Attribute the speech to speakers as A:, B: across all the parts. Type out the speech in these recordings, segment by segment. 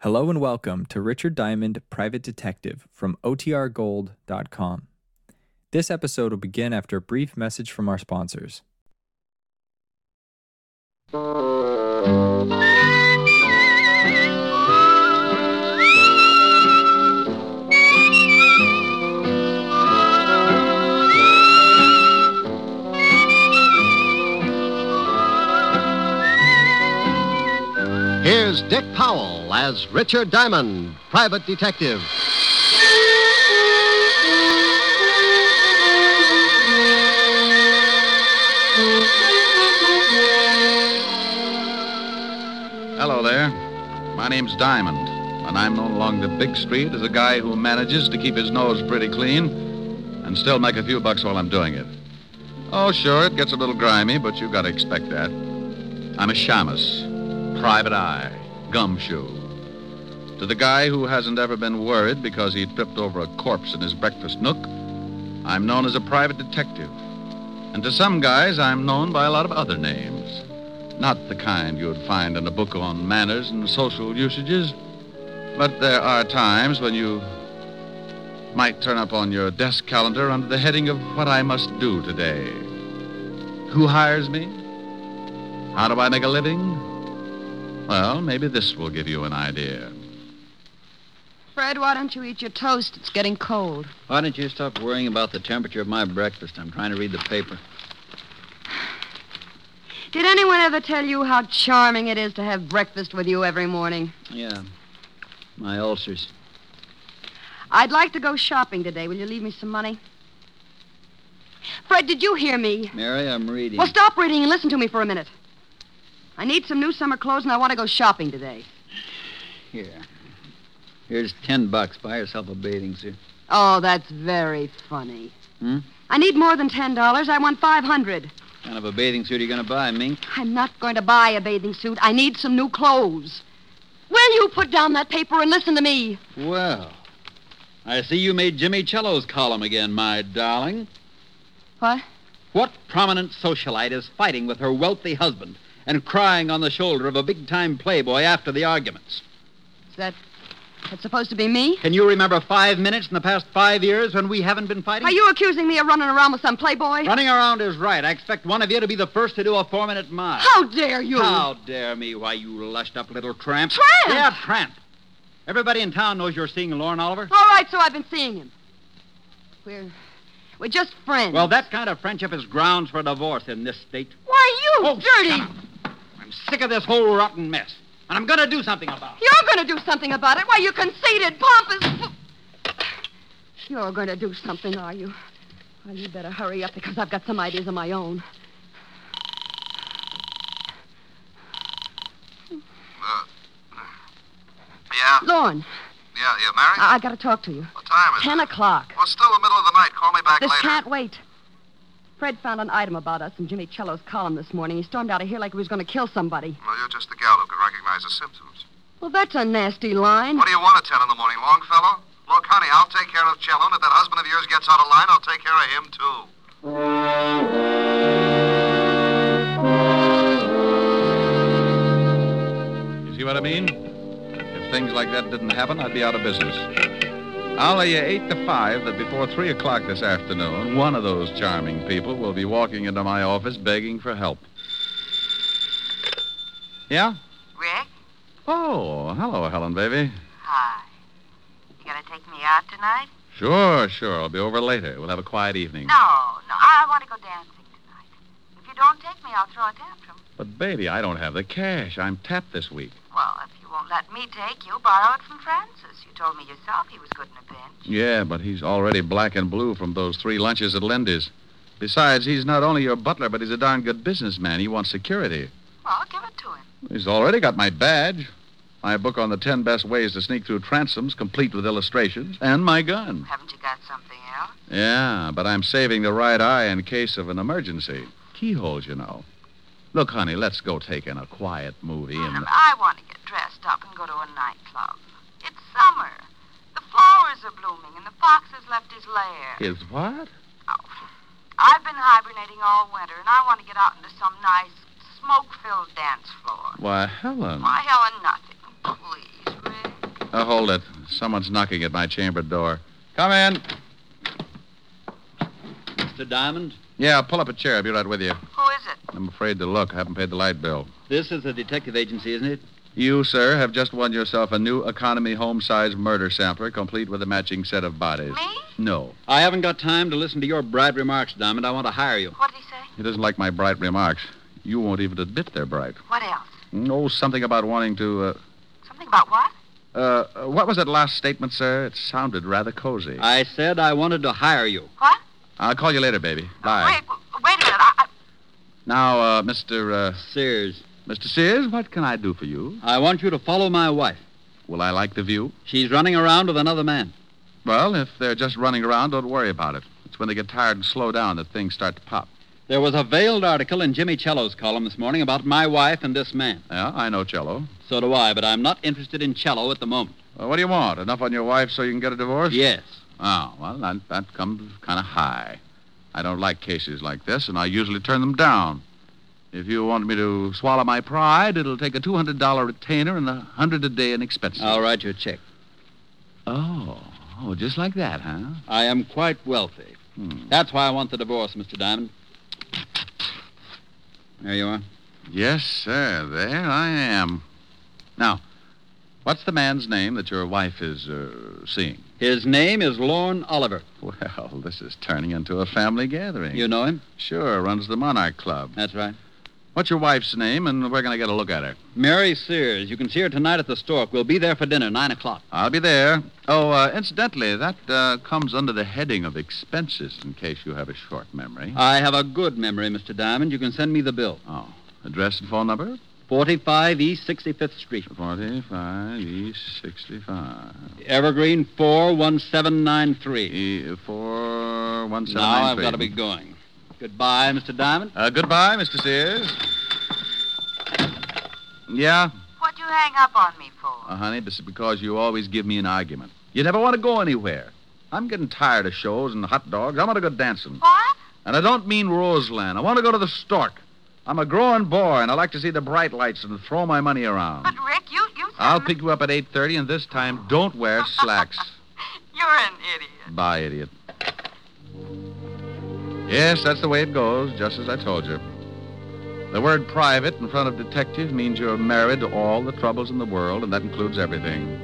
A: Hello and welcome to Richard Diamond, Private Detective from OTRGold.com. This episode will begin after a brief message from our sponsors.
B: Here's Dick Powell as Richard Diamond, private detective.
C: Hello there. My name's Diamond, and I'm known along the big street as a guy who manages to keep his nose pretty clean and still make a few bucks while I'm doing it. Oh, sure, it gets a little grimy, but you gotta expect that. I'm a shamus, private eye, gumshoe. To the guy who hasn't ever been worried because he tripped over a corpse in his breakfast nook, I'm known as a private detective. And to some guys, I'm known by a lot of other names. Not the kind you'd find in a book on manners and social usages. But there are times when you might turn up on your desk calendar under the heading of what I must do today. Who hires me? How do I make a living? Well, maybe this will give you an idea.
D: Fred, why don't you eat your toast? It's getting cold.
E: Why don't you stop worrying about the temperature of my breakfast? I'm trying to read the paper.
D: Did anyone ever tell you how charming it is to have breakfast with you every morning?
E: Yeah. My ulcers.
D: I'd like to go shopping today. Will you leave me some money? Fred, did you hear me?
E: Mary, I'm reading.
D: Well, stop reading and listen to me for a minute. I need some new summer clothes and I want to go shopping today.
E: Here. Here's ten bucks. Buy yourself a bathing suit.
D: Oh, that's very funny.
E: Hmm?
D: I need more than $10. I want 500.
E: Kind of a bathing suit are you going to buy, Mink?
D: I'm not going to buy a bathing suit. I need some new clothes. Will you put down that paper and listen to me?
E: Well, I see you made Jimmy Cello's column again, my darling.
D: What?
E: What prominent socialite is fighting with her wealthy husband and crying on the shoulder of a big time playboy after the arguments?
D: Is that that's supposed to be me?
E: Can you remember five minutes in the past five years when we haven't been fighting?
D: Are you accusing me of running around with some playboy?
E: Running around is right. I expect one of you to be the first to do a four minute mile.
D: How dare you?
E: How dare me? Why, you lushed up little tramp.
D: Tramp?
E: Yeah, tramp. Everybody in town knows you're seeing Lauren Oliver.
D: All right, so I've been seeing him. We're we're just friends.
E: Well, that kind of friendship is grounds for divorce in this state.
D: Why you
E: Oh,
D: dirty?
E: shut up. I'm sick of this whole rotten mess, and I'm going to do something about it.
D: You're going to do something about it. Why you conceited, pompous. You're going to do something, are you? Well, you better hurry up because I've got some ideas of my own.
F: Uh, Yeah,
D: Lauren,
F: yeah, yeah, Mary?
D: I, I got to talk to you.
F: what time is it?
D: Uh, Ten o'clock.
F: Well, it's still the middle of the night. Call me back
D: This
F: later.
D: can't wait. Fred found an item about us in Jimmy Cello's column this morning. He stormed out of here like he was going to kill somebody.
F: Well, you're just the gal who can recognize the symptoms.
D: Well, that's a nasty line.
F: What do you want at 10 in the morning, Longfellow? Look, honey, I'll take care of Cello, and if that husband of yours gets out of line, I'll take care of him, too.
C: You see what I mean? If things like that didn't happen, I'd be out of business. I'll lay you eight to five that before three o'clock this afternoon, one of those charming people will be walking into my office begging for help. Yeah?
G: Rick,
C: Oh, hello, Helen, baby.
G: hi. You gonna take me out tonight?
C: Sure, sure. I'll be over later. We'll have a quiet evening.
G: No, no, I want to go dancing tonight. If you don't take me, I'll throw a tantrum.
C: But, baby, I don't have the cash. I'm tapped this week.
G: Well, if you won't let me take you, borrow it from Francis. You told me yourself he was good in a pinch.
C: Yeah, but he's already black and blue from those three lunches at Lindy's. Besides, he's not only your butler, but he's a darn good businessman. He wants security.
G: Well, give it to him.
C: He's already got my badge, my book on the ten best ways to sneak through transoms, complete with illustrations, and my gun.
G: Haven't you got something else?
C: Yeah, but I'm saving the right eye in case of an emergency. Keyholes, you know. Look, honey, let's go take in a quiet movie and.
G: Um, I want to get dressed up and go to a nightclub. It's summer. The flowers are blooming and the fox has left his lair.
C: Is what?
G: Oh, I've been hibernating all winter and I want to get out into some nice smoke-filled dance floor.
C: Why, Helen.
G: Why, Helen, nothing. Please, Rick.
C: Uh, hold it. Someone's knocking at my chamber door. Come in.
E: Mr. Diamond,
C: Yeah, pull up a chair. I'll be right with you.
G: Who is it?
C: I'm afraid to look. I haven't paid the light bill.
E: this is the detective agency, isn't it?
C: You, sir, have just won yourself a new economy home size murder sampler, complete with a matching set of bodies.
G: Me?
C: No.
E: I haven't got time to listen to your bright remarks, Diamond. I want to hire you.
G: What did he say?
C: He doesn't like my bright remarks. You won't even admit they're bright.
G: What else?
C: Oh, something about wanting to.
G: Something about what?
C: Uh, uh, what was that last statement, sir? It sounded rather cozy.
E: I said I wanted to hire you.
G: What?
C: I'll call you later, baby. Bye.
G: Wait, w- wait a minute. I, I,
C: Now, uh, Mr. Uh,
E: Sears,
C: Mr. Sears, what can I do for you?
E: I want you to follow my wife.
C: Will I like the view?
E: She's running around with another man.
C: Well, if they're just running around, don't worry about it. It's when they get tired and slow down that things start to pop.
E: There was a veiled article in Jimmy Cello's column this morning about my wife and this man.
C: Yeah, I know, Cello.
E: So do I, but I'm not interested in Cello at the moment.
C: Well, what do you want? Enough on your wife so you can get a divorce?
E: Yes.
C: Oh, well, that, that comes kind of high. I don't like cases like this, and I usually turn them down. If you want me to swallow my pride, it'll take a $200 retainer and a 100 a day in expenses.
E: I'll write you a check.
C: Oh, oh, just like that, huh?
E: I am quite wealthy.
C: Hmm.
E: That's why I want the divorce, Mr. Diamond. There you are.
C: Yes, sir. There I am. Now, what's the man's name that your wife is uh, seeing?
E: His name is Lorne Oliver.
C: Well, this is turning into a family gathering.
E: You know him?
C: sure runs the Monarch Club.
E: That's right.
C: What's your wife's name, and we're going to get a look at her.
E: Mary Sears. You can see her tonight at the Stork. We'll be there for dinner, 9 o'clock.
C: I'll be there. Oh, uh, incidentally, that uh, comes under the heading of expenses, in case you have a short memory.
E: I have a good memory, Mr. Diamond. You can send me the bill.
C: oh, address and phone number?
E: 45 East 65th Street.
C: 45 East 65.
E: Evergreen 41793.
C: E- 4173.
E: Now I've got to be going. Goodbye, Mr. Diamond.
C: Uh, goodbye, Mr. Sears. Yeah,
G: what'd you hang up on me for?
C: uh, honey, this is because you always give me an argument. You never want to go anywhere. I'm getting tired of shows and hot dogs. I want to go dancing.
G: What?
C: And I don't mean Roseland. I want to go to the Stork. I'm a growing boy, and I like to see the bright lights and throw my money around.
G: But Rick, you you.
C: I'll pick you up at 8.30, and this time, don't wear slacks.
G: You're an idiot.
C: Bye, idiot. Yes, that's the way it goes, just as I told you. The word private in front of detective means you're married to all the troubles in the world, and that includes everything.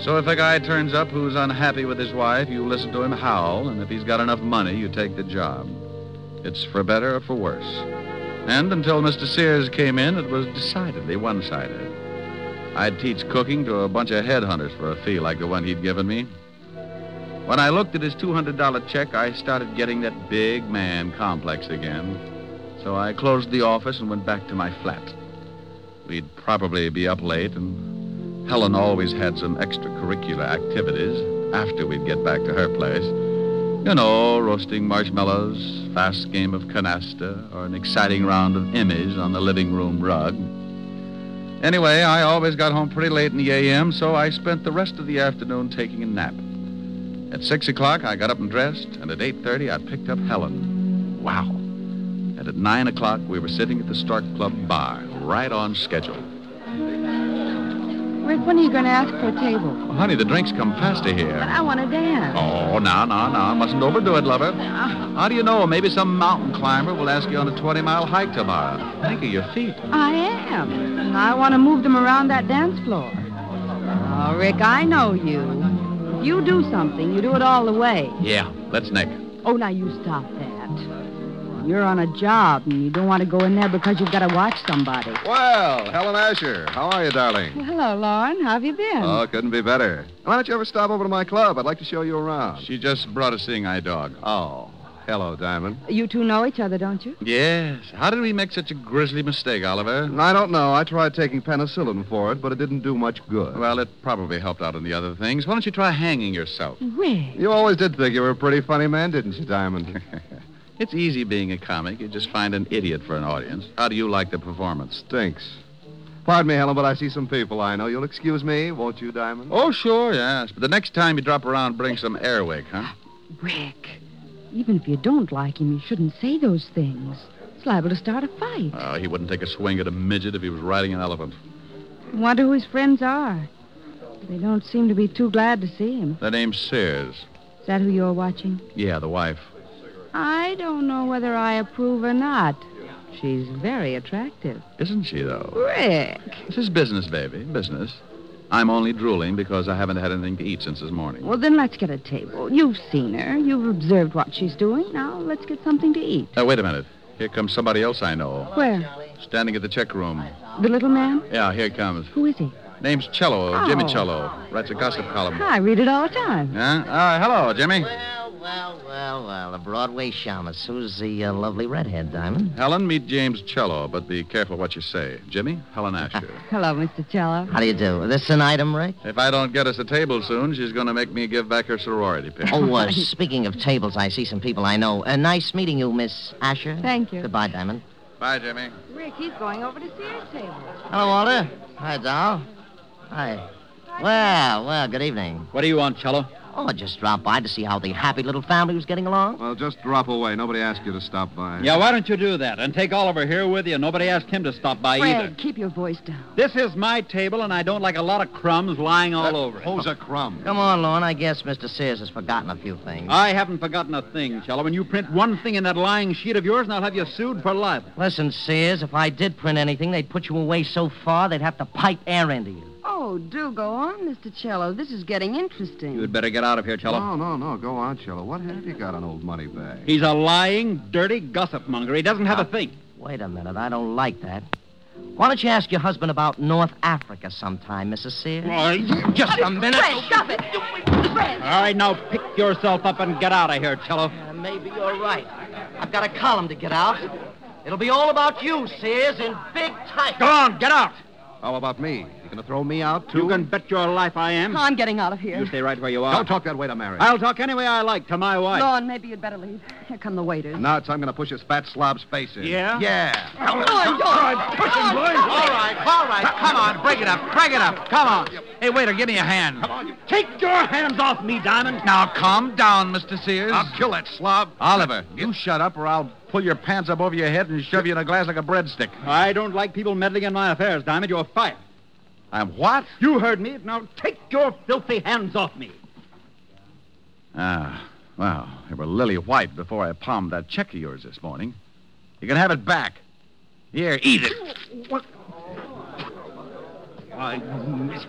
C: So if a guy turns up who's unhappy with his wife, you listen to him howl, and if he's got enough money, you take the job. It's for better or for worse. And until Mr. Sears came in, it was decidedly one sided. I'd teach cooking to a bunch of headhunters for a fee like the one he'd given me. When I looked at his $200 check, I started getting that big man complex again. So I closed the office and went back to my flat. We'd probably be up late, and Helen always had some extracurricular activities after we'd get back to her place. You know, roasting marshmallows, fast game of canasta, or an exciting round of Emmys on the living room rug. Anyway, I always got home pretty late in the AM, so I spent the rest of the afternoon taking a nap. At six o'clock, I got up and dressed, and at eight thirty, I picked up Helen. Wow! And at nine o'clock, we were sitting at the Stark Club bar, right on schedule.
D: Rick, when are you going to ask for a table?
C: Well, honey, the drinks come faster
D: But
C: here.
D: I want to dance.
C: Oh, no, no, no! Mustn't overdo it, lover. How do you know? Maybe some mountain climber will ask you on a twenty-mile hike tomorrow. Think of your feet.
D: I am. I want to move them around that dance floor. Oh, Rick, I know you. If you do something, you do it all the way.
C: Yeah, let's neck.
D: Oh, now you stop that. You're on a job and you don't want to go in there because you've got to watch somebody.
C: Well, Helen Asher, how are you, darling?
D: Well, hello, Lauren. How have you been?
C: Oh, couldn't be better.
F: Why don't you ever stop over to my club? I'd like to show you around.
C: She just brought a seeing-eye dog.
F: Oh, hello, Diamond.
D: you two know each other, don't you?
C: Yes. How did we make such a grisly mistake, Oliver?
F: I don't know. I tried taking penicillin for it, but it didn't do much good.
C: Well, it probably helped out on the other things. Why don't you try hanging yourself?
D: Rick.
F: you always did think you were a pretty funny man, didn't you, Diamond?
C: It's easy being a comic. You just find an idiot for an audience. How do you like the performance?
F: Stinks. Pardon me, Helen, but I see some people I know. You'll excuse me, won't you, Diamond?
C: Oh, sure, yes. But the next time you drop around, bring some Airwick, huh?
D: Rick. Even if you don't like him, you shouldn't say those things. It's liable to start a fight.
C: Oh, he wouldn't take a swing at a midget if he was riding an elephant.
D: Wonder who his friends are. They don't seem to be too glad to see him.
C: The name's Sears.
D: Is that who you're watching?
C: Yeah, the wife.
D: I don't know whether I approve or not. She's very attractive.
C: Isn't she, though?
D: Rick.
C: This is business, baby. Business. I'm only drooling because I haven't had anything to eat since this morning.
D: Well, then let's get a table. You've seen her. You've observed what she's doing. Now let's get something to eat.
C: Uh, wait a minute. Here comes somebody else I know.
D: Where?
C: Standing at the check room.
D: The little man?
C: Yeah, here he comes.
D: Who is he?
C: Name's Cello, Jimmy
D: Oh.
C: Cello. Writes a gossip column.
D: I read it all the time.
C: Huh? Uh, hello, Jimmy.
H: Well, well, well, well. The Broadway shamus. Who's the uh, lovely redhead, Diamond?
C: Helen, meet James Cello, but be careful what you say. Jimmy, Helen Asher.
D: Hello, Mr. Cello.
H: How do you do? This an item, Rick?
C: if I don't get us a table soon, she's going to make me give back her sorority pin.
H: Oh, uh, speaking of tables, I see some people I know. Uh, nice meeting you, Miss Asher.
D: Thank you.
H: Goodbye, Diamond.
C: Bye, Jimmy.
D: Rick, he's going over to Sears' table.
H: Hello, Walter. Hi, Doll. Hi. Well, well, good evening.
E: What do you want, Cello?
H: Oh, I just dropped by to see how the happy little family was getting along.
F: Well, just drop away. Nobody asked you to stop by.
E: Yeah, why don't you do that and take Oliver here with you? Nobody asked him to stop by either.
D: Fred, keep your voice down.
E: This is my table, and I don't like a lot of crumbs lying all over it.
F: Hose Uh, a crumb.
H: Come on, Lorne. I guess Mr. Sears has forgotten a few things.
E: I haven't forgotten a thing, Cello. When you print one thing in that lying sheet of yours, and I'll have you sued for libel.
H: Listen, Sears, if I did print anything, they'd put you away so far they'd have to pipe air into you.
D: Oh, do go on, Mr. Cello. This is getting interesting.
E: You'd better get out of here, Cello.
F: No, no, no. Go on, Cello. What have you got on old money bag? Ah.
E: He's a lying, dirty gossip monger. He doesn't have a thing.
H: Wait a minute. I don't like that. Why don't you ask your husband about North Africa sometime, Mrs. Sears?
E: Just a minute.
D: Fred, stop it. Fred.
E: All right, now pick yourself up and get out of here, Cello.
H: Uh, maybe you're right. I've got a column to get out. It'll be all about you, Sears, in big type.
E: Go on, get out.
F: How about me? You gonna throw me out, too?
E: You can bet your life I am.
D: I'm getting out of here.
E: You stay right where you are.
F: Don't talk that way to Mary.
E: I'll talk any way I like to my wife.
D: Lorne, maybe you'd better leave. Here come the waiters.
F: Now it's I'm gonna push his fat slob's face in.
E: Yeah?
F: Yeah.
D: Lorne, don't. Lorne,
E: All right, all right. Come on, break it up, break it up. Come on. Hey, waiter, give me a hand. Come on. Take your hands off me, Diamond. Now, calm down, Mr. Sears.
F: I'll kill that slob.
E: Oliver,
F: You shut up, or I'll pull your pants up over your head and shove you in a glass like a breadstick.
E: I don't like people meddling in my affairs, Diamond. You're fired.
F: I'm what?
E: You heard me. Now take your filthy hands off me.
F: Ah, well, it were lily white before I palmed that check of yours this morning. You can have it back. Here, eat it.
E: Why, miss,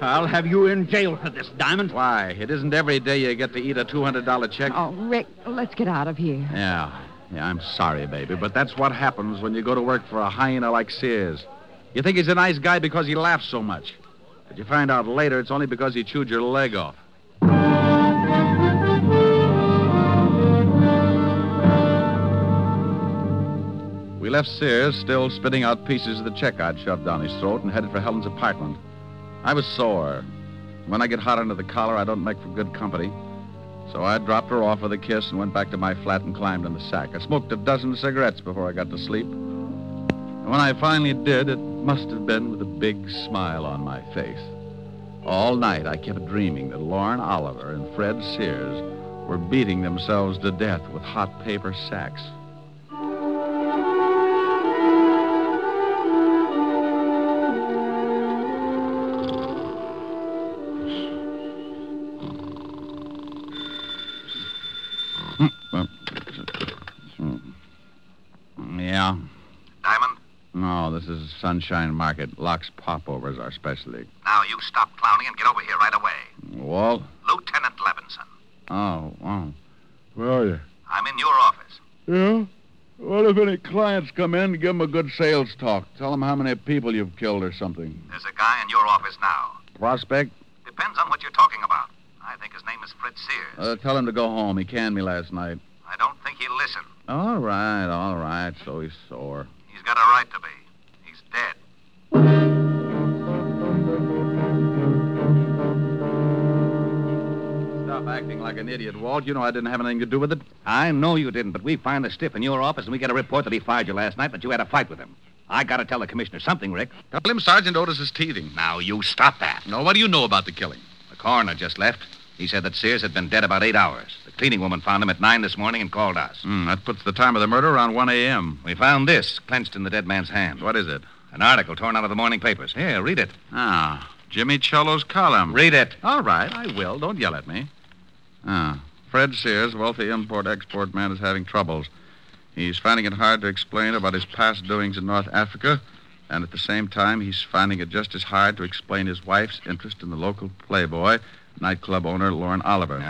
E: I'll have you in jail for this, Diamond.
F: Why, it isn't every day you get to eat a $200 check.
D: Oh, Rick, let's get out of here.
F: Yeah, yeah, I'm sorry, baby, but that's what happens when you go to work for a hyena like Sears. You think he's a nice guy because he laughs so much. But you find out later it's only because he chewed your leg off.
C: We left Sears still spitting out pieces of the check I'd shoved down his throat and headed for Helen's apartment. I was sore. When I get hot under the collar, I don't make for good company. So I dropped her off with a kiss and went back to my flat and climbed in the sack. I smoked a dozen cigarettes before I got to sleep. And when I finally did, it must have been with a big smile on my face. All night I kept dreaming that Lauren Oliver and Fred Sears were beating themselves to death with hot paper sacks. hmm. Yeah.
F: Diamond,
C: No, this is Sunshine Market. Locks popovers are specialty.
F: now you stop clowning and get over here right away.
C: Walt?
F: Lieutenant Levinson,
C: Oh, oh. Where are you?
F: I'm in your office.
C: Yeah? Well, if any clients come in, give them a good sales talk. Tell them how many people you've killed or something.
F: There's a guy in your office now.
C: Prospect?
F: Depends on what you're talking about. I think his name is Fritz Sears.
C: Uh, tell him to go home. He canned me last night.
F: I don't think he'll listen.
C: All right, all right. So he's sore.
F: He's got a right to be. He's dead.
C: Stop acting like an idiot, Walt. You know I didn't have anything to do with it.
E: I know you didn't, but we found a stiff in your office, and we got a report that he fired you last night, but you had a fight with him. I got to tell the commissioner something, Rick.
C: Tell him Sergeant Otis is teething.
E: Now, you stop that.
C: No, what do you know about the killing?
E: The coroner just left. He said that Sears had been dead about eight hours. The cleaning woman found him at nine this morning and called us.
C: Hmm, that puts the time of the murder around 1 a.m.
E: We found this clenched in the dead man's hand.
C: What is it?
E: An article torn out of the morning papers. Here, read it.
C: Ah, Jimmy Cello's column.
F: Read it.
C: All right, I will. Don't yell at me. Ah, Fred Sears, wealthy import export man, is having troubles. He's finding it hard to explain about his past doings in North Africa, and at the same time, he's finding it just as hard to explain his wife's interest in the local playboy, nightclub owner Lauren Oliver.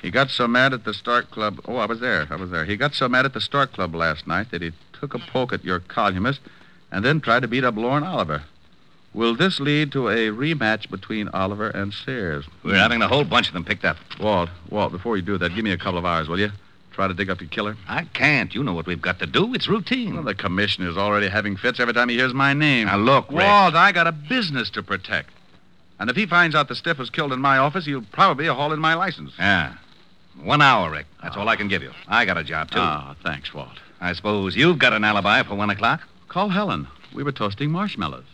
C: He got so mad at the Stark Club. Oh, I was there. I was there. He got so mad at the Stark Club last night that he took a poke at your columnist and then tried to beat up Lauren Oliver. Will this lead to a rematch between Oliver and Sears?
I: We're having a whole bunch of them picked up.
C: Walt, Walt, before you do that, give me a couple of hours, will you? Try to dig up your killer.
I: I can't. You know what we've got to do. It's routine.
C: Well, the commissioner's already having fits every time he hears my name.
I: Now, look, Rex.
C: Walt, I got a business to protect. And if he finds out the stiff was killed in my office, he'll probably haul in my license.
I: Yeah. One hour, Rick. That's all I can give you. I got a job, too.
C: Ah, thanks, Walt.
I: I suppose you've got an alibi for one o'clock.
C: Call Helen. We were toasting marshmallows.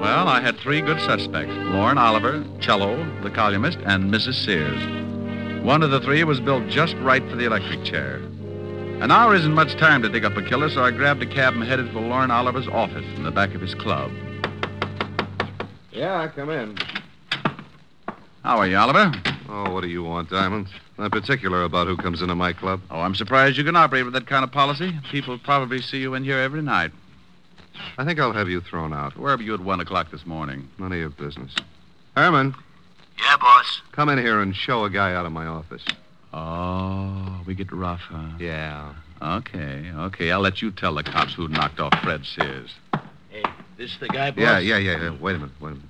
C: Well, I had three good suspects Lauren Oliver, Cello, the columnist, and Mrs. Sears. One of the three was built just right for the electric chair. An hour isn't much time to dig up a killer, so I grabbed a cab and headed for Lauren Oliver's office in the back of his club.
J: Yeah, come in.
C: How are you, Oliver?
J: Oh, what do you want, Diamond? Not particular about who comes into my club.
C: Oh, I'm surprised you can operate with that kind of policy. People probably see you in here every night.
J: I think I'll have you thrown out.
C: Where were you at one o'clock this morning?
J: None of your business. Herman,
I: Yeah, boss.
J: come in here and show a guy out of my office.
C: Oh, we get rough, huh?
J: Yeah.
C: Okay, okay. I'll let you tell the cops who knocked off Fred Sears.
I: Hey, this the guy, boss?
J: Yeah, yeah, yeah, yeah. Wait a minute, wait a minute.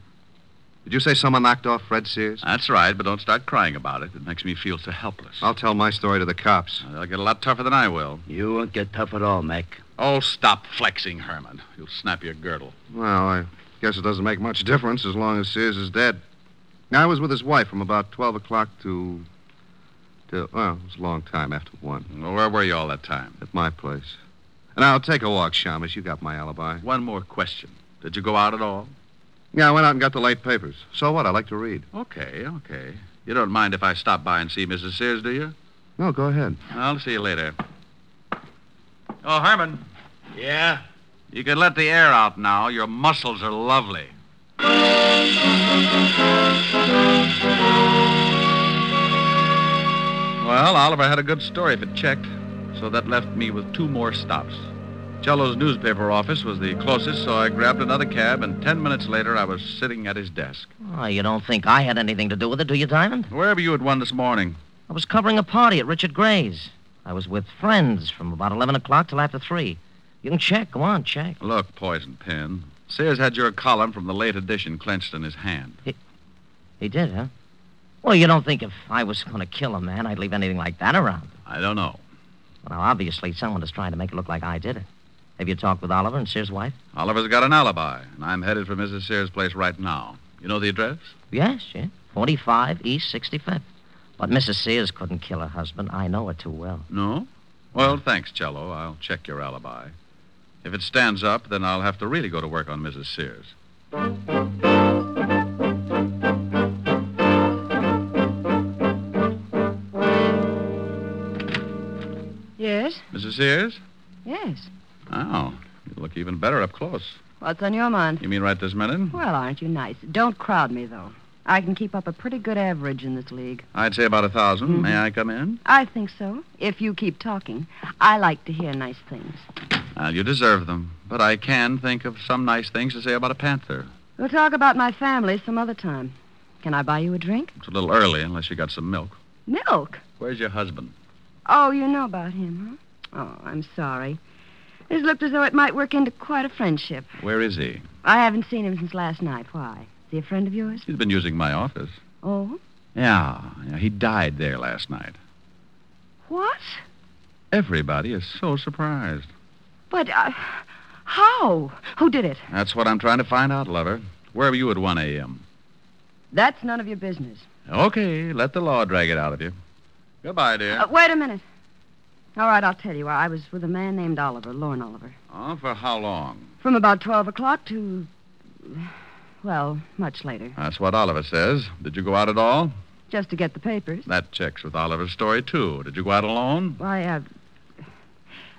J: Did you say someone knocked off Fred Sears?
C: That's right, but don't start crying about it. It makes me feel so helpless.
J: I'll tell my story to the cops.
C: They'll get a lot tougher than I will.
I: You won't get tough at all, Mac.
C: Oh, stop flexing, Herman. You'll snap your girdle.
J: Well, I guess it doesn't make much difference as long as Sears is dead. Now, I was with his wife from about 12 o'clock to. to well, it was a long time after 1
C: Well, where were you all that time?
J: at my place. And I'll take a walk, Shamus. You got my alibi.
C: One more question. Did you go out at all?
J: Yeah, I went out and got the late papers. So what? I like to read.
C: Okay, okay. You don't mind if I stop by and see Mrs. Sears, do you?
J: No, go ahead.
C: I'll see you later. Oh, Herman,
I: Yeah?
C: you can let the air out now. Your muscles are lovely. Well, Oliver had a good story if it checked, so that left me with two more stops. Cello's newspaper office was the closest, so I grabbed another cab, and ten minutes later I was sitting at his desk.
H: Oh, you don't think I had anything to do with it, do you, Diamond?
C: Where were you at one this morning?
H: I was covering a party at Richard Gray's. I was with friends from about 11 o'clock till after 3. You can check. Go on, check.
C: Look, Poison Pen. Sears had your column from the late edition clenched in his hand.
H: He did, huh? Well, you don't think if I was going to kill a man, I'd leave anything like that around.
C: I don't know.
H: Well, now, obviously, someone is trying to make it look like I did it. Have you talked with Oliver and Sears' wife?
C: Oliver's got an alibi, and I'm headed for Mrs. Sears' place right now. You know the address?
H: Yes, yeah. 45 East 65th. But Mrs. Sears couldn't kill her husband. I know her too well.
C: No? Well, thanks, Cello. I'll check your alibi. If it stands up, then I'll have to really go to work on Mrs. Sears.
D: Yes?
C: Mrs. Sears?
D: Yes.
C: Oh, you look even better up close.
D: What's on your mind?
C: You mean right this minute?
D: Well, aren't you nice? Don't crowd me, though. I can keep up a pretty good average in this league.
C: I'd say about a 1000 May I come in?
D: I think so, if you keep talking. I like to hear nice things.
C: Well, you deserve them. But I can think of some nice things to say about a panther.
D: We'll talk about my family some other time. Can I buy you a drink?
C: It's a little early, unless you got some milk.
D: Milk?
C: Where's your husband?
D: Oh, you know about him, huh? Oh, I'm sorry. This looked as though it might work into quite a friendship.
C: Where is he?
D: I haven't seen him since last night. Why? Is he a friend of yours?
C: He's been using my office.
D: Oh?
C: Yeah, yeah he died there last night.
D: What?
C: Everybody is so surprised.
D: But, uh, how? Who did it?
C: That's what I'm trying to find out, lover. Where were you at 1 a.m.?
D: That's none of your business.
C: Okay, let the law drag it out of you. Goodbye, dear.
D: Uh, wait a minute. All right, I'll tell you. I was with a man named Oliver, Lorne Oliver,
C: oh, for how long?
D: from about 12 o'clock to, well, much later,
C: That's what Oliver says. Did you go out at all?
D: just to get the papers.
C: That checks with Oliver's story, too. Did you go out alone?
D: Why, uh,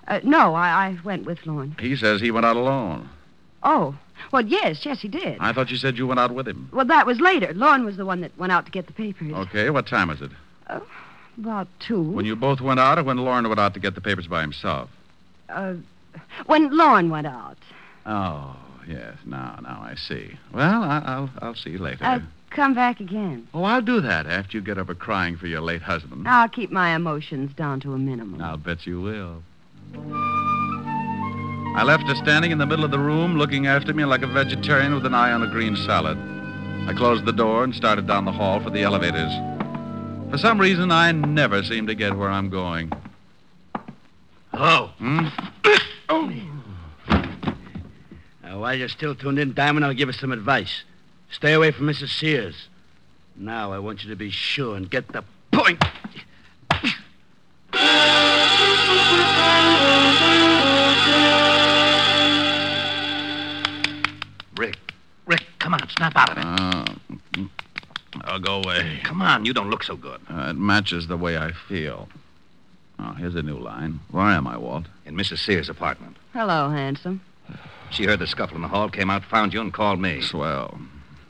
D: Uh, no, I, I went with Lorne.
C: He says he went out alone.
D: Oh, well, yes, yes, he did.
C: I thought you said you went out with him.
D: Well, that was later. Lorne was the one that went out to get the papers.
C: Okay, what time is it?
D: About two.
C: Oh. When you both went out or when Lauren went out to get the papers by himself?
D: Uh, when Lorne went out.
C: Oh, yes. Now, now I see. Well, I, I'll, I'll see you later.
D: Uh, come back again.
C: oh, I'll do that after you get over crying for your late husband.
D: I'll keep my emotions down to a minimum.
C: I'll bet you will. I left her standing in the middle of the room, looking after me like a vegetarian with an eye on a green salad. I closed the door and started down the hall for the elevators. For some reason, I never seem to get where I'm going.
K: Hello. Oh.
C: Hmm?
K: Now, while you're still tuned in, Diamond, I'll give you some advice. Stay away from Mrs. Sears. Now, I want you to be sure and get the point. Rick. Rick, come on, snap out of it.
C: Oh, I'll go away.
K: Come on, you don't look so good.
C: Uh, it matches the way I feel. Oh, here's a new line. Where am I, Walt?
I: In Mrs. Sears' apartment.
D: Hello, handsome.
I: She heard the scuffle in the hall, came out, found you, and called me.
C: Swell.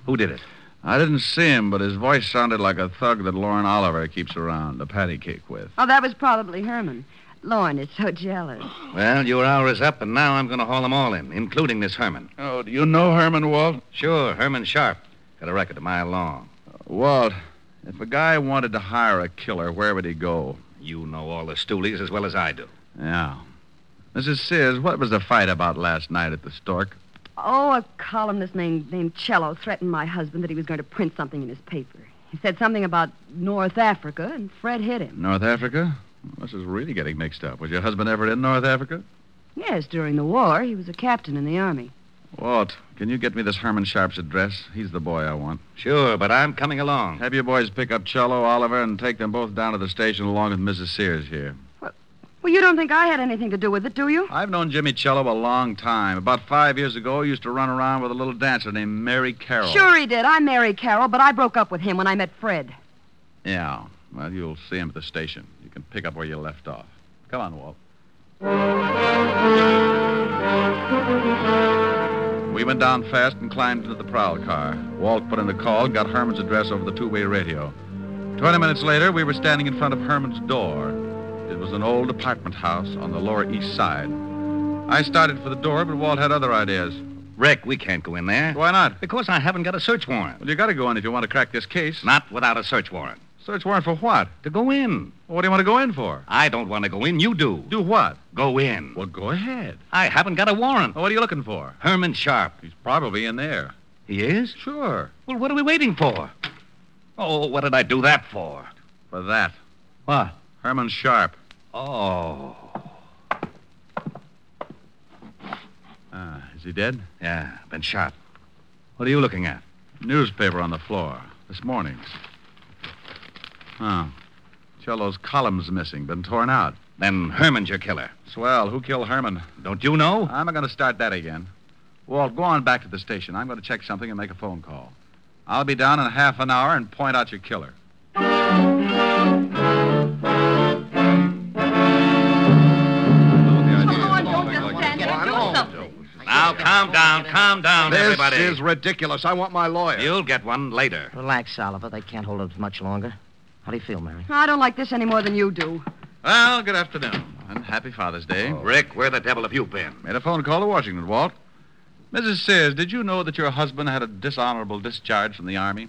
I: Who did it?
C: I didn't see him, but his voice sounded like a thug that Lauren Oliver keeps around, a patty cake with.
D: Oh, that was probably Herman. Lorne is so jealous.
I: Well, your hour is up, and now I'm going to haul them all in, including this Herman.
C: Oh, do you know Herman, Walt? Uh,
I: Sure, Herman Sharp. Got a record a mile long.
C: Walt, if a guy wanted to hire a killer, where would he go?
I: You know all the stoolies as well as I do.
C: Yeah. Mrs. Sears, what was the fight about last night at the Stork?
D: Oh, a columnist named, named Cello threatened my husband that he was going to print something in his paper. He said something about North Africa, and Fred hit him.
C: North Africa? This is really getting mixed up. Was your husband ever in North Africa?
D: Yes, during the war, he was a captain in the army.
C: Walt, can you get me this Herman Sharp's address? He's the boy I want.
I: Sure, but I'm coming along.
C: Have your boys pick up Cello, Oliver, and take them both down to the station along with Mrs. Sears here.
D: Well, you don't think I had anything to do with it, do you?
C: I've known Jimmy Cello a long time. About five years ago, he used to run around with a little dancer named Mary Carroll.
D: Sure he did. I married Carol, but I broke up with him when I met Fred.
C: Yeah. Well, you'll see him at the station. You can pick up where you left off. Come on, Walt. We went down fast and climbed into the prowl car. Walt put in the call, got Herman's address over the two way radio. Twenty minutes later, we were standing in front of Herman's door. It was an old apartment house on the Lower East Side. I started for the door, but Walt had other ideas.
I: Rick, we can't go in there.
C: Why not?
I: Because I haven't got a search warrant.
C: Well, you gotta go in if you want to crack this case.
I: Not without a search warrant.
C: Search warrant for what?
I: To go in.
C: Well, What do you want to go in for?
I: I don't want to go in. You do.
C: Do what?
I: Go in.
C: Well, go ahead.
I: I haven't got a warrant.
C: Well, what are you looking for?
I: Herman Sharp.
C: He's probably in there.
I: He is?
C: Sure.
I: Well, what are we waiting for? Oh, what did I do that for?
C: For that.
I: What?
C: Herman Sharp.
I: Oh.
C: Ah, is he dead?
I: Yeah, been shot. What are you looking at?
C: Newspaper on the floor. This morning's. Oh. Cello's column's missing. Been torn out.
I: Then Herman's your killer.
C: Swell. Who killed Herman?
I: Don't you know?
C: I'm going to start that again. Walt, go on back to the station. I'm going to check something and make a phone call. I'll be down in half an hour and point out your killer.
D: Lorne, don't just stand there. Do something.
I: Now, calm down, calm down,
J: This
I: everybody.
J: is ridiculous. I want my lawyer.
I: You'll get one later.
H: Relax, Oliver. They can't hold us much longer. How do you feel, Mary?
D: I don't like this any more than you do.
C: Well, good afternoon. And happy Father's Day.
J: Oh.
I: Rick, where the devil have you been?
C: Made a phone call to Washington, Walt. Mrs. Sears, did you know that your husband had a dishonorable discharge from the Army?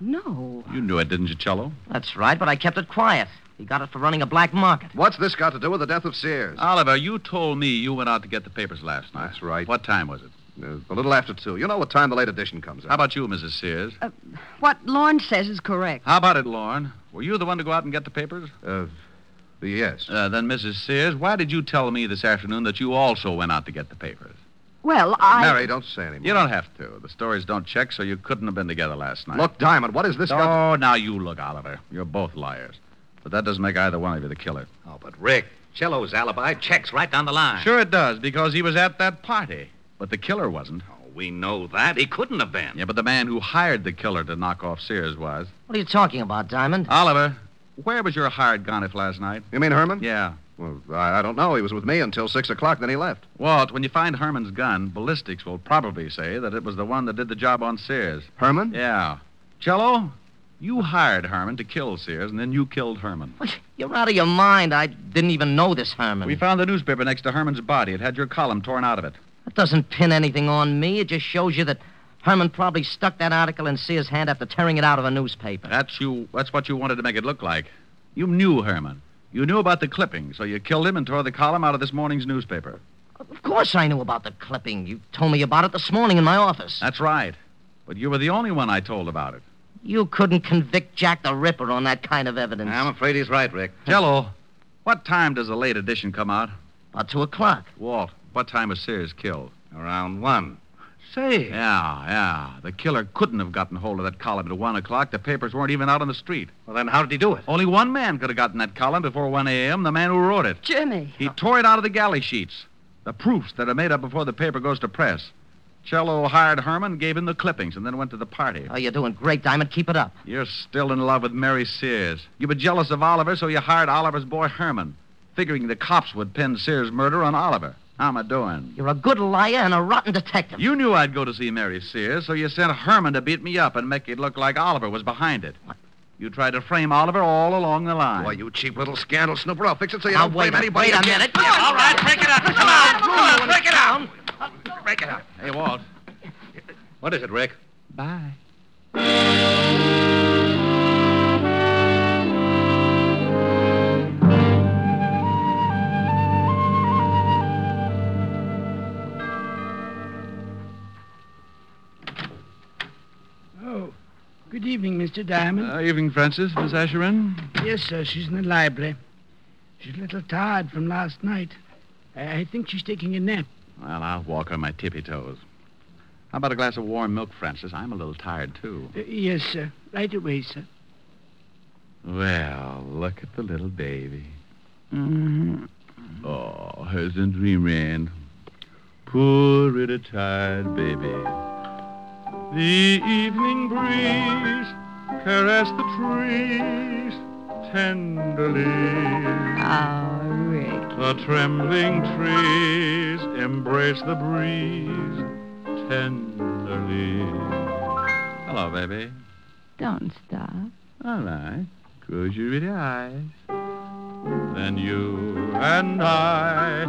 D: No.
C: You knew it, didn't you, Cello?
H: That's right, but I kept it quiet. He got it for running a black market.
J: What's this got to do with the death of Sears?
C: Oliver, you told me you went out to get the papers last night.
J: That's right.
C: What time was it?
J: Uh, a little after two. You know what time the late edition comes out.
C: How about you, Mrs. Sears?
D: What Lorne says is correct.
C: How about it, Lauren? Were you the one to go out and get the papers?
J: Uh, yes.
C: Uh, then, Mrs. Sears, why did you tell me this afternoon that you also went out to get the papers?
D: Well, I.
J: Mary, don't say anything.
C: You don't have to. The stories don't check, so you couldn't have been together last night.
J: Look, Diamond, what is this got
C: Oh, now you look, Oliver. You're both liars. But that doesn't make either one of you the killer.
I: Oh, but Rick, Cello's alibi checks right down the line.
C: Sure it does, because he was at that party. But the killer wasn't.
I: Oh, we know that. He couldn't have been.
C: Yeah, but the man who hired the killer to knock off Sears was.
H: What are you talking about, Diamond?
C: Oliver, where was your hired gonif last night?
J: You mean Herman?
C: Yeah.
J: Well, I, I don't know. He was with me until 6 o'clock, then he left.
C: Walt, when you find Herman's gun, ballistics will probably say that it was the one that did the job on Sears.
J: Herman?
C: Yeah. Cello, you hired Herman to kill Sears, and then you killed Herman.
H: You're out of your mind. I didn't even know this Herman.
C: We found the newspaper next to Herman's body. It had your column torn out of it.
H: That doesn't pin anything on me. It just shows you that Herman probably stuck that article in Sears' hand after tearing it out of a newspaper.
C: That's you. That's what you wanted to make it look like. You knew Herman. You knew about the clipping, so you killed him and tore the column out of this morning's newspaper.
H: Of course I knew about the clipping. You told me about it this morning in my office.
C: That's right. But you were the only one I told about it.
H: You couldn't convict Jack the Ripper on that kind of evidence.
I: I'm afraid he's right, Rick.
C: Jello, what time does the late edition come out?
H: About two o'clock.
C: Walt, what time was Sears killed?
I: Around one.
C: Say. Yeah, yeah. The killer couldn't have gotten hold of that column at one o'clock. The papers weren't even out on the street.
I: Well, then how did he do it?
C: Only one man could have gotten that column before 1 a.m., the man who wrote it.
D: Jimmy.
C: He tore it out of the galley sheets. The proofs that are made up before the paper goes to press. Cello hired Herman, gave him the clippings, and then went to the party.
H: Oh, you're doing great, Diamond. Keep it up.
C: You're still in love with Mary Sears. You were jealous of Oliver, so you hired Oliver's boy Herman, figuring the cops would pin Sears' murder on Oliver. How am I doing?
H: You're a good liar and a rotten detective.
C: You knew I'd go to see Mary Sears, so you sent Herman to beat me up and make it look like Oliver was behind it. You tried to frame Oliver all along the line.
I: Why, you cheap little scandal snooper. I'll fix it so you
H: Now,
I: don't
H: wait
I: blame
H: a-
I: anybody.
H: wait a
I: again.
H: minute.
I: All right, break it up. Come on, come on, break it up. Break it up.
C: Hey, Walt.
I: What is it, Rick?
C: Bye.
K: Oh, good evening, Mr. Diamond.
C: Uh, evening, Francis. Miss Asherin?
K: yes, sir. She's in the library. She's a little tired from last night. I, I think she's taking a nap.
C: Well, I'll walk on my tippy toes. How about a glass of warm milk, Francis? I'm a little tired, too.
K: Uh, yes, sir. Right away, sir.
C: Well, look at the little baby.
K: Mm-hmm.
C: Oh, hers in dreamland. Poor little tired baby.
L: The evening breeze caressed the trees tenderly.
D: Oh,
L: Ah, Rick. The trembling trees embraced the breeze tenderly.
C: Hello, baby.
L: Don't stop.
C: All right. Close your pretty eyes.
L: Then you and I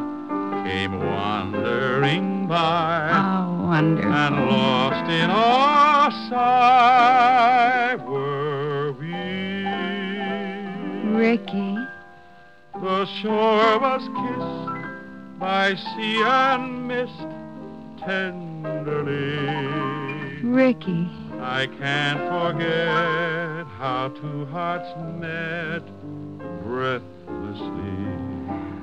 L: came wandering by.
D: Oh,
L: And lost in our sight were we.
M: Ricky.
L: The shore was kissed by sea and mist tenderly.
M: Ricky.
L: I can't forget how two hearts met breathlessly.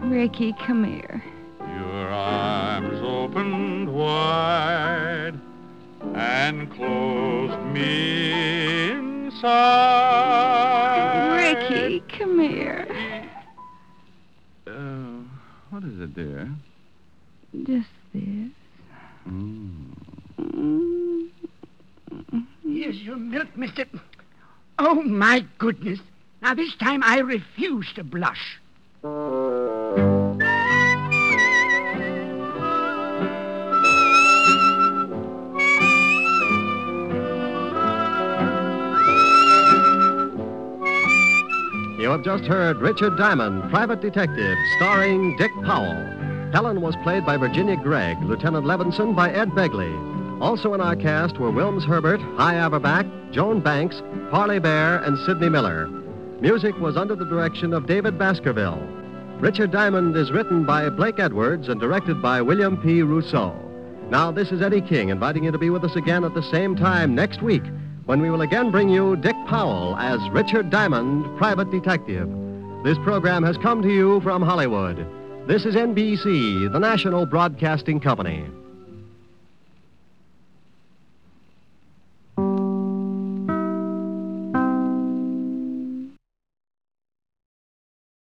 M: Ricky, come here.
L: Your arms opened wide and closed me inside.
M: Ricky, come here.
C: Oh, what is it, dear?
M: Just this.
B: Mm.
K: Here's your milk, Mr. Oh, my goodness. Now, this time I refuse to blush.
B: You have just heard Richard Diamond, Private Detective, starring Dick Powell. Helen was played by Virginia Gregg, Lieutenant Levinson by Ed Begley. Also in our cast were Wilms Herbert, High Averback, Joan Banks, Parley Bear, and Sidney Miller. Music was under the direction of David Baskerville. Richard Diamond is written by Blake Edwards and directed by William P. Rousseau. Now, this is Eddie King inviting you to be with us again at the same time next week when we will again bring you Dick Powell as Richard Diamond, Private Detective. This program has come to you from Hollywood. This is NBC, the national broadcasting company.